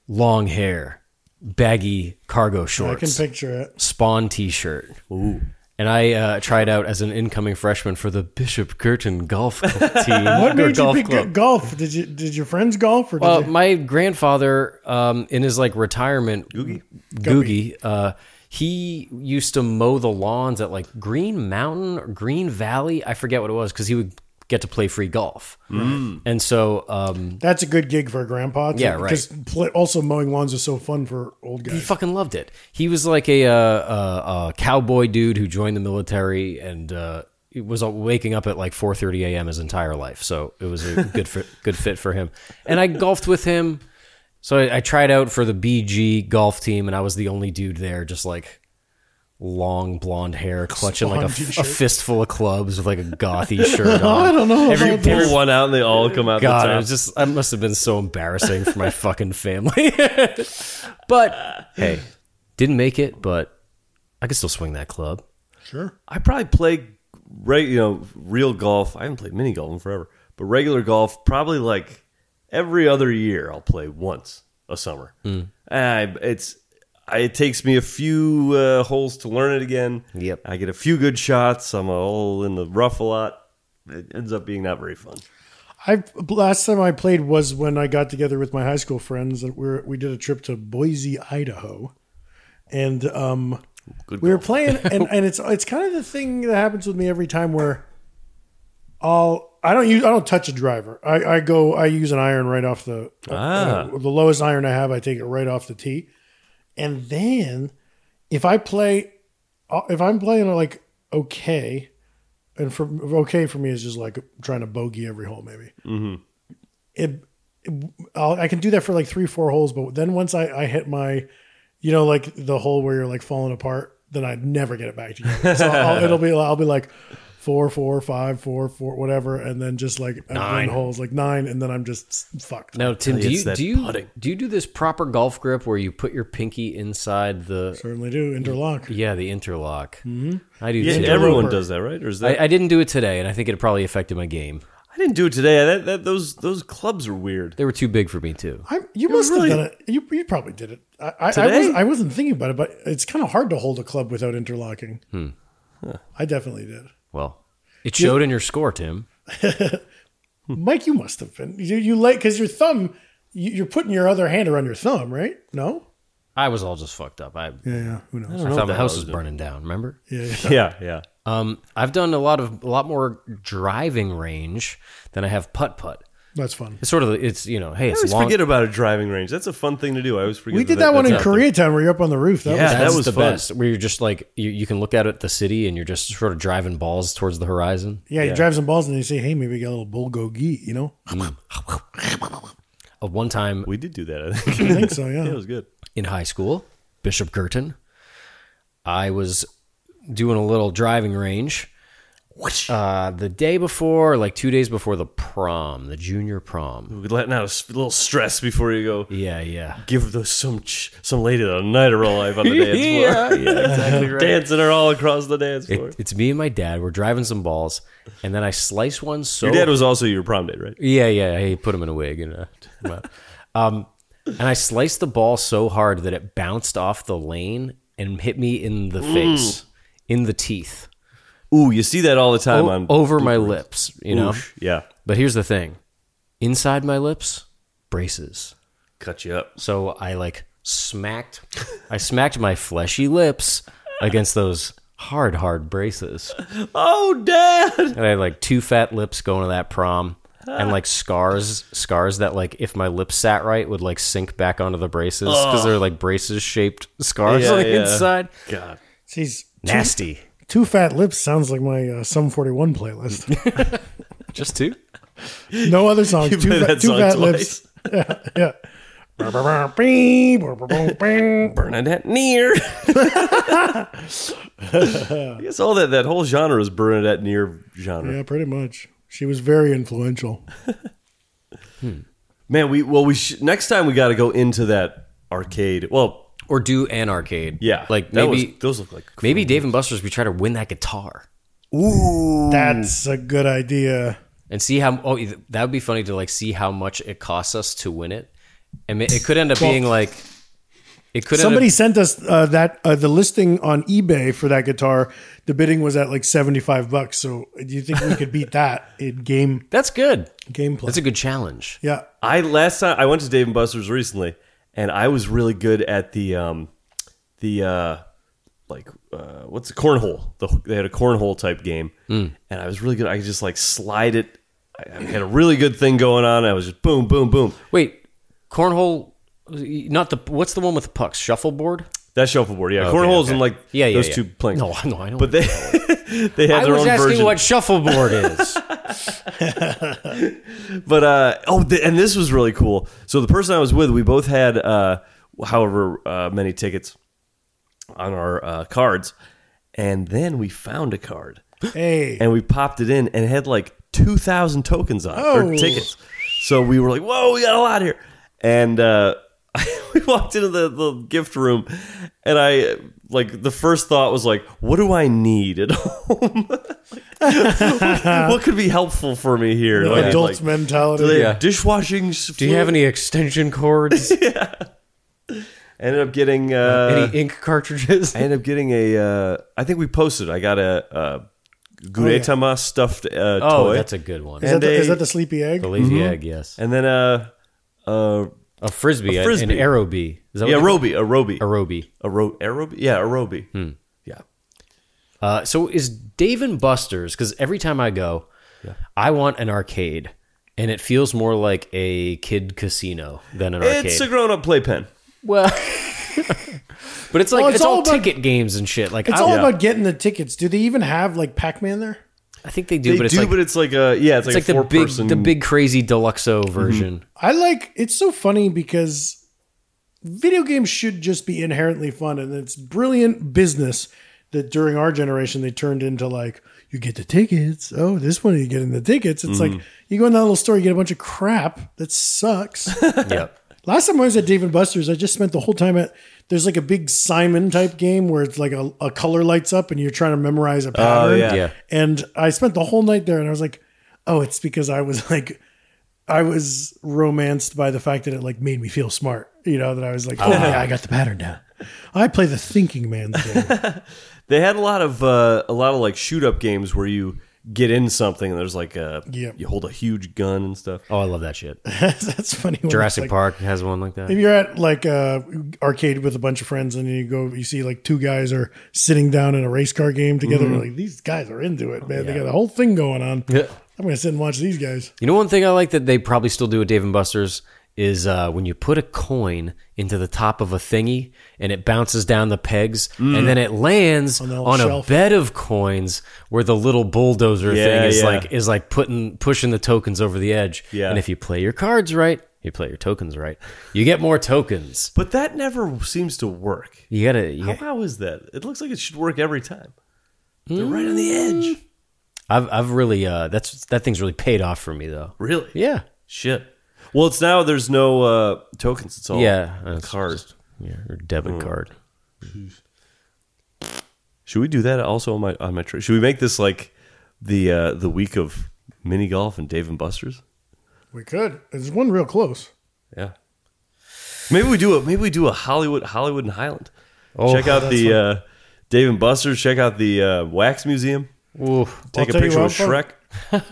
Long hair, baggy cargo
I
shorts.
can picture it.
Spawn T-shirt. Ooh. And I uh, tried out as an incoming freshman for the Bishop Curtin Golf Club team.
What
or
made you
golf
pick
club.
golf? Did you did your friends golf or did
Well,
you?
my grandfather, um, in his like retirement, Googie, Googie, uh, he used to mow the lawns at like Green Mountain or Green Valley. I forget what it was because he would get to play free golf, and so um,
That's a good gig for a grandpa. too,
Yeah, right.
Because pl- also mowing lawns is so fun for old
he
guys.
fucking loved it. He was like a, uh, uh, a cowboy dude who joined the military and uh, he was uh, waking up at like 4:30 a.m. his entire life. So it was a good fit, good fit for him. And I golfed with him. So I, I tried out for the BG golf team, and I was the only dude there, just like long blonde hair, clutching like a, f-
Spawn
a
t-shirt.
fistful of clubs with like a gothy shirt on.
I don't know.
You
about that.
pull one out and they all come out
God,
the
it
top.
was just I must have been so embarrassing for my fucking family. but hey, didn't make it, but I could still swing that club.
sure.
I probably play right, you know, real golf. I haven't played mini golf in forever, but regular golf probably like every other year. I'll play once a summer. And I, it's I, it takes me a few uh, holes to learn it again.
Yep.
I get a few good shots. I'm all in the rough a lot. It ends up being not very fun.
I last time I played was when I got together with my high school friends and we were, we did a trip to Boise, Idaho, and um,
Good
we were
golf.
playing and, and it's it's kind of the thing that happens with me every time where I'll I don't use I don't touch a driver. I, I go I use an iron right off the
Ah.
uh, the lowest iron I have. I take it right off the tee, and then if I play uh, if I'm playing like okay, and for okay for me is just like trying to bogey every hole maybe. Mm-hmm. It, it- I'll, I can do that for like three four holes, but then once I I hit my, you know, like the hole where you're like falling apart, then I'd never get it back together. So I'll, it'll be I'll be like. Four, four, five, four, four, whatever, and then just like nine holes, like nine, and then I'm just fucked.
Now, Tim, do
it's
you
that
do you
putting.
do you do this proper golf grip where you put your pinky inside the
Certainly do interlock.
yeah the interlock? Mm-hmm. I do
Yeah,
too.
everyone does that, right? Or is that
I, I didn't do it today, and I think it probably affected my game.
I didn't do it today. That, that those those clubs are weird.
They were too big for me too.
I, you must
really-
have done it. You, you probably did it. I, I, I,
Today?
was, I wasn't thinking about it, but it's kind of hard to hold a club without interlocking. I definitely did.
Well, it showed in your score, Tim.
Mike, you must have been. You, you like because your thumb, you, you're putting your other hand around your thumb, right? No.
I was all just fucked up. I,
Yeah. yeah who knows?
I
what
thought my
the hell
house
I was
was
doing.
burning down. Remember?
Yeah, yeah.
Um, I've done a lot of a lot more driving range than I have putt putt.
That's fun.
It's sort of it's you know hey
I
it's
always
long.
forget about a driving range. That's a fun thing to do. I always forget.
We did that one in
that's out there.
Koreatown where you're up on the roof. That
Yeah.
was
That's
that was
the
fun.
best where you're just like you, you can look out at the city and you're just sort of driving balls towards the horizon.
yeah, You drive some balls and you say, "Hey, maybe we got a little bulgogi," you know?
Uh, one time
We did do that. I think.
I think so.
yeah, it
Yeah.
was good.
in high school, Bishop Girton, I was doing a little driving range. Uh, the day before, like two days before the prom, the junior prom.
We're letting out a s- little stress before you go.
Yeah, yeah.
Give those some ch- some lady the night of her life on the dance floor.
Yeah,
exactly right. Dancing her all across the dance floor.
It, it's me and my dad. We're driving some balls, and then I slice one so.
Your dad was also your prom date, right?
yeah, yeah. He put him in a wig and. Uh, um, and I sliced the ball so hard that it bounced off the lane and hit me in the face, in the teeth,
Ooh, you see that all the
Oh,
time
o-
on
over my lips. You know.
Oosh, yeah,
But here's the thing, inside my lips, braces.
cut you up.
So I like smacked, I smacked my fleshy lips against those hard, hard braces.
Oh, dad.
and I had like two fat lips going to that prom,
Ah.
and like scars, scars that like if my lips sat right would like sink back onto the braces because they're like braces shaped scars
Yeah,
on the
yeah.
inside.
God,
Jeez,
Nasty.
two fat lips sounds like my uh, Sum 41 playlist.
Just two.
No other songs.
you
two
played
fat,
that
two
song
fat
twice.
lips. Yeah, yeah.
Bernadette Near. I guess all that that whole genre is Bernadette Near genre.
yeah, pretty much. She was very influential.
Man, we well we sh- next time we got to go into that arcade. Well,
Or do an arcade.
yeah,
Like
that
maybe
was, those look like
maybe Dave and Buster's we try to win that guitar
That's a good idea.
and see how oh that would be funny to like see how much it costs us to win it. And ma- it could end up being like it could
Somebody
end up,
sent us uh, that uh, the listing on eBay for that guitar. The bidding was at like seventy five bucks. So do you think we could beat that in game
That's good.
gameplay?
That's a good challenge.
yeah,
I last time I went to Dave and Buster's recently, and I was really good at the um the uh like uh what's the cornhole? The, they had a cornhole type game,
Hmm.
and I was really good. I could just like slide it. I, I had a really good thing going on. I was just boom, boom, boom.
Wait, cornhole not the what's the one with the pucks? Shuffleboard?
That shuffleboard, yeah, cornholes and like
Yeah, yeah,
those
yeah.
two planks.
No, no, I know
But they they
I
had their
was
own
asking
version.
what shuffleboard is.
But uh, oh, th- and this was really cool. So the person I was with, we both had uh, however uh, many tickets on our uh, cards, and then we found a card
hey,
and we popped it in and it had like two thousand tokens on it
Oh.
or tickets. So we were like, "Whoa, we got a lot here!" And uh, we walked into the, the gift room, and I like the first thought was like, "What do I need at home? Like, what could be helpful for me here?" Do I need,
adult
like,
mentality.
the
Yeah.
dishwashing.
Do you have any extension cords?
Ended up getting. Uh,
any ink cartridges?
I ended up getting a. Uh, I think we posted. I got a, uh Gudetama stuffed uh,
oh,
toy,
that's a good one.
Is that, the,
and
is
a-
that the sleepy egg?
The lazy egg, yes.
and then uh, a, a
A frisbee,
A
a
frisbee.
an aerobee. Is that
yeah,
what they-
Roby, a Roby,
aerobee?
a ro- aerobe? yeah, a Roby.
Hmm,
Yeah,
Uh, so is Dave and Buster's? Because every time I go, I want an arcade, and it feels more like a kid casino than an arcade.
it's a grown-up playpen.
well, but it's like
Well,
it's,
it's
all,
all about-
ticket games and shit. Like
It's
I,
all
Ah, Yeah.
about getting the tickets. Do they even have like Pac Man there?
I think they do,
They
but it's
do,
like
but it's like a yeah, it's,
it's like
like,
the
a
big
four-person.
the big crazy deluxo version.
I like it's so funny because video games should just be inherently fun and it's brilliant business that during our generation they turned into like you get the tickets. Oh, this one you get in the tickets. It's like you go in that little store, you get a bunch of crap that sucks.
Mm-hmm.
Yep.
Last time I was at Dave and Buster's, I just spent the whole time at there's like a big Simon type game where it's like a, a color lights up and you're trying to memorize a pattern.
yeah.
Yeah.
And I spent the whole night there and I was like, oh, it's because I was like, I was romanced by the fact that it like made me feel smart. You know, that I was like, oh, yeah, I got the pattern down. I play the thinking man's game.
They had a lot of uh, a lot of like shoot-up games where you get in something and there's like a
Yep.
you hold a huge gun and stuff.
Oh, I love that shit.
That's funny. when it's
Jurassic
like-
Park has one like that.
If you're at like a arcade with a bunch of friends and you go, you see like two guys are sitting down in a race car game together.
Mm-hmm.
You're like these guys are into it, man. They got a whole thing going on.
Yeah.
I'm gonna sit and watch these guys.
You know, one thing I like that they probably still do at Dave and Buster's is uh, when you put a coin into the top of a thingy and it bounces down the pegs
Mm.
and then it lands on,
the
a
shelf.
bed of coins where the little bulldozer
Yeah,
thing is
yeah.
like is like putting pushing the tokens over the edge.
Yeah.
And if you play your cards right, you play your tokens right, you get more tokens.
But that never seems to work.
You gotta. You
How, how is that? It looks like it should work every time. They're right on the edge.
I've I've really uh, that's that thing's really paid off for me though.
Really?
Yeah.
Shit. Well, it's now there's no uh, tokens. It's all
yeah. It's
cards.
just- Yeah. Or debit
Mm.
card.
Should we do that also on my on my trip? Should we make this like the uh, the week of mini golf and Dave and Buster's?
We could. There's one real close.
Yeah. Maybe we do a maybe we do a Hollywood Hollywood and Highland. check out the uh, Dave and Buster's. Check out the uh, wax museum. Take
I'll
a
tell you
picture
what,
with Shrek.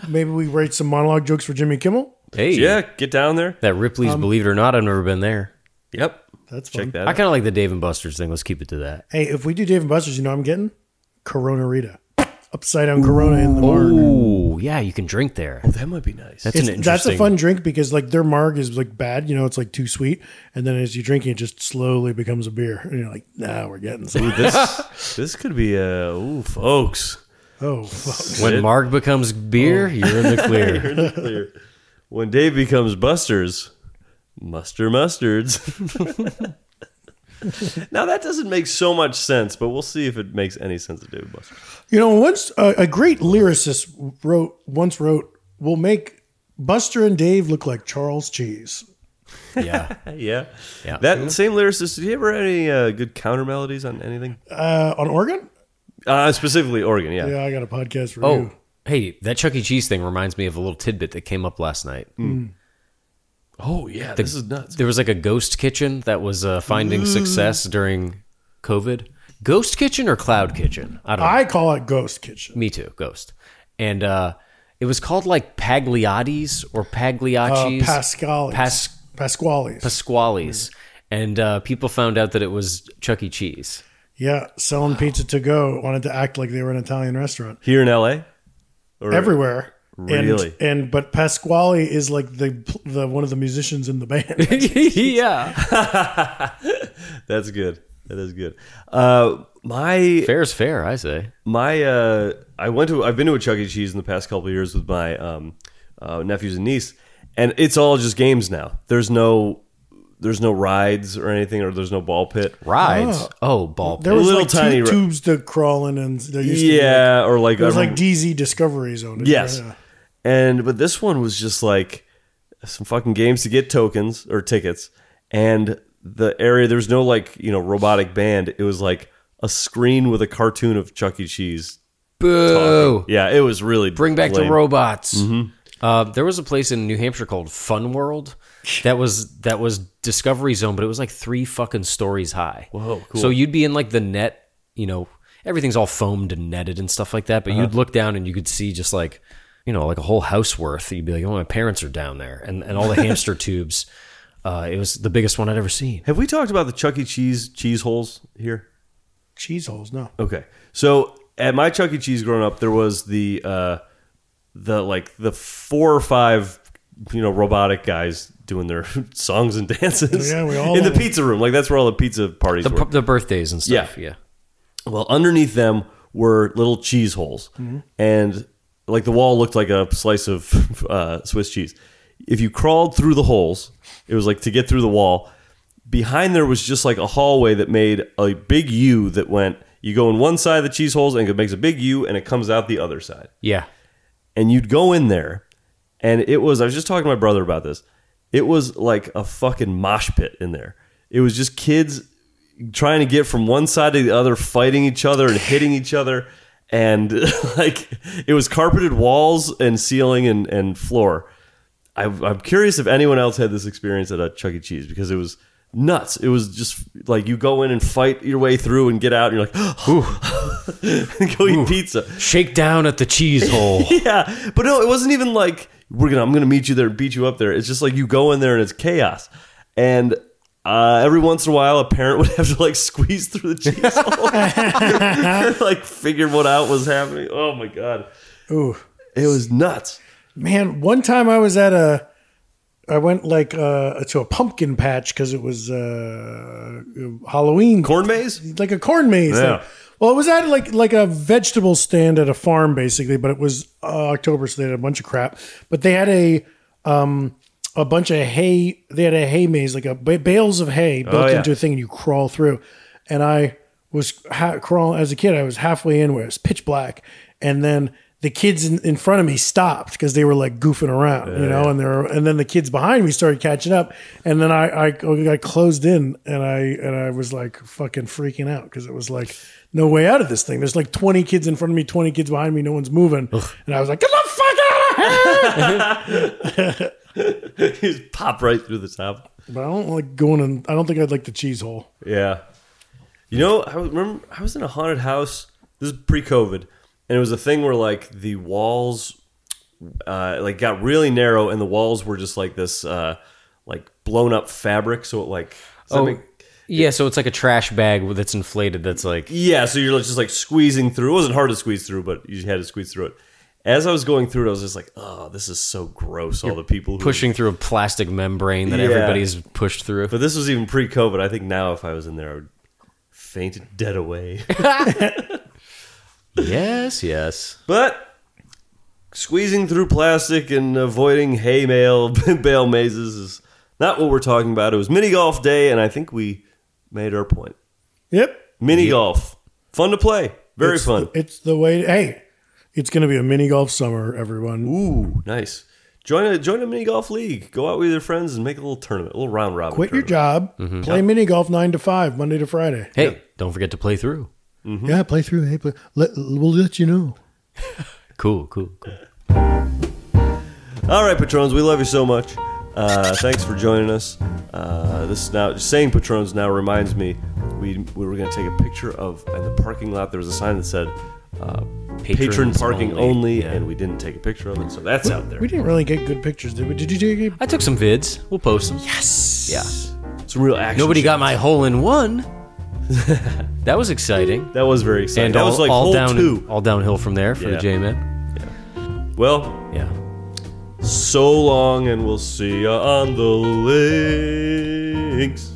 Maybe we write some monologue jokes for Jimmy Kimmel.
Hey.
Yeah, Um, get down there.
That Ripley's, believe it or not, I've never been there.
Yep.
That's
Check
fun.
that.
I
Out.
kind of like the Dave and Buster's thing. Let's keep it to that.
Hey, if we do Dave and Buster's, you know what I'm getting Corona Rita, upside down Corona in the marg.
Oh, yeah, you can drink there.
That might be nice.
That's an
It's,
interesting.
that's a fun drink because like their marg is like bad, you know, it's like too sweet, and then as you drink it, it just slowly becomes a beer, and you're like, nah, we're getting some.
Ooh, this this could be a ooh, folks.
Oh, fuck.
When Marg
Oh.
becomes beer, you're in the clear.
When Dave becomes Buster's, muster mustards. now that doesn't make so much sense, but we'll see if it makes any sense to David Buster.
You know, once a, a great lyricist wrote once wrote, "We'll make Buster and Dave look like Charles Cheese."
Yeah.
Yeah,
Yeah.
That same lyricist. Did he ever have any uh, good counter melodies on anything?
Uh, on Oregon?
Uh, specifically Oregon. Yeah.
Yeah, I got a podcast review.
oh, hey, that Chuck E. Cheese thing reminds me of a little tidbit that came up last night.
Mm.
Oh yeah, this is nuts.
There was like a ghost kitchen that was uh, finding
Mm.
success during COVID. Ghost kitchen or cloud kitchen? I don't know.
I call it Ghost Kitchen.
Me too, Ghost. And uh, it was called like Pagliotti's or
Uh,
Pagliacci's.
Pasquale's. Mm.
Pas-
Pasquale's.
Pasquale's. And uh, people found out that it was Chuck E. Cheese.
yeah, selling pizza to go. Wanted to act like they were an Italian restaurant.
Here in L.A. Or-
Everywhere.
Really?
And, and but Pasquale is like the the one of the musicians in the band.
yeah.
That's good. That is good. Uh, my
Fair's fair, I say.
my uh, I went to I've been to a Chuck E. Cheese in the past couple of years with my um, uh, nephews and niece, and it's all just games now. There's no there's no rides or anything, or there's no ball pit.
Rides. Oh, ball.
There was
Little
like
tiny
two
ra-
tubes to crawl in, and there used to be like,
Yeah, or like
it was
I
like
remember-
DZ Discovery Zone.
yes,
Yeah.
and but this one was just like some fucking games to get tokens or tickets, and the area there's no like you know robotic band. It was like a screen with a cartoon of Chuck E. Cheese.
Boo.
Yeah, it was really
Bring back
lame.
the robots. Uh, there was a place in New Hampshire called Fun World that was that was Discovery Zone, but it was like three fucking stories high. Whoa, cool. So you'd be in like the net, you know, everything's all foamed and netted and stuff like that. But you'd look down and you could see just like you know like a whole house worth. You'd be like, oh, my parents are down there, and and all the hamster tubes. Uh, it was the biggest one I'd ever seen.
Have we talked about the Chuck E. Cheese cheese holes here?
Cheese holes. No.
Okay. So at my Chuck E. Cheese growing up, there was the uh, the like the four or five you know robotic guys doing their songs and dances.
Yeah, we all-
in the pizza room. Like that's where all the pizza parties
The,
were.
the birthdays and stuff.
Yeah.
Yeah.
well, underneath them were little cheese holes, and like the wall looked like a slice of uh, Swiss cheese. If you crawled through the holes, it was like to get through the wall. Behind there was just like a hallway that made a big U that went. You go in one side of the cheese holes, and it makes a big U, and it comes out the other side
Yeah.
and you'd go in there and it was i was just talking to my brother about this it was like a fucking mosh pit in there it was just kids trying to get from one side to the other fighting each other and hitting each other and like it was carpeted walls and ceiling and, and floor I, i'm curious if anyone else had this experience at a chuck e cheese because it was nuts it was just like you go in and fight your way through and get out and you're like and go eat pizza
Shake down at the cheese hole.
yeah, but no, it wasn't even like we're gonna I'm gonna meet you there and beat you up there. It's just like you go in there and it's chaos. And uh, every once in a while, a parent would have to like squeeze through the cheese hole, and, like figure what out was happening. Oh my god,
Ooh.
it was nuts.
Man, one time I was at a, I went like uh, to a pumpkin patch because it was uh, Halloween,
Corn maze?
like a corn maze.
Yeah.
Well, it was at like like a vegetable stand at a farm basically, but it was uh, October, so they had a bunch of crap. But they had a um a bunch of hay. They had a hay maze, like a ba- bales of hay built
yeah.
into a thing, and you crawl through. And I was ha- crawling as a kid. I was halfway in where it was pitch black, and then the kids in, in front of me stopped because they were like goofing around, you know. And they were, and then the kids behind me started catching up, and then I I, I closed in, and I and I was like fucking freaking out because it was like. No way out of this thing. There's like 20 kids in front of me, 20 kids behind me. No one's moving, and I was like, "Get the fuck out of here!"
you just pop right through the top.
But I don't like going in. I don't think I'd like the cheese hole.
Yeah. You know, I was- remember I was in a haunted house. This is pre-COVID, and it was a thing where like the walls, uh, like got really narrow, and the walls were just like this, uh, like blown up fabric. So it like, does that
Oh,
make-
yeah, so it's like a trash bag that's inflated. That's like
yeah. So you're just like squeezing through. It wasn't hard to squeeze through, but you had to squeeze through it. As I was going through it, I was just like, oh, this is so gross. All the people who
pushing through a plastic membrane that
Yeah.
everybody's pushed through.
But this was even pre-COVID. I think now, if I was in there, I would faint dead away.
yes, yes.
But squeezing through plastic and avoiding hay mail bale mazes is not what we're talking about. It was mini golf day, and I think we made our point.
Yep.
Mini golf, fun to play, very
It's-
fun.
It's the way. Hey, it's going to be a mini golf summer, everyone.
Ooh, nice. Join a join a mini golf league. Go out with your friends and make a little tournament, a little round robin.
Quit your
tournament.
job. Play mini golf nine to five, Monday to Friday. Mm-hmm.
Hey, don't forget to play through.
Yeah, play through. Hey, play, let, we'll let you know.
Cool, cool, cool.
All right, patrons, we love you so much. Uh, thanks for joining us. Uh, this now saying patrons now reminds me we we were going to take a picture of in the parking lot. There was a sign that said uh, patron
Patrons
parking only,
only." Yeah.
and we didn't take a picture of it, so that's out there.
We didn't really get good pictures, did we? Did you take a
I took some vids. We'll post them. Yes. Yeah.
Some real action.
Nobody
shot.
got my hole in one. that was exciting.
that was very exciting.
And
that
all,
was like
all
hole
down,
two.
all downhill from there for
Yeah.
the J-Man.
Well,
Yeah.
so long, and we'll see you on the links.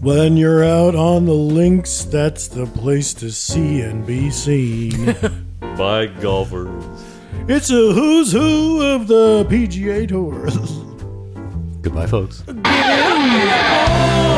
When you're out on the links, that's the place to see and be seen.
Bye, golfers.
it's a who's who of the PGA Tour.
Goodbye, folks.
Oh,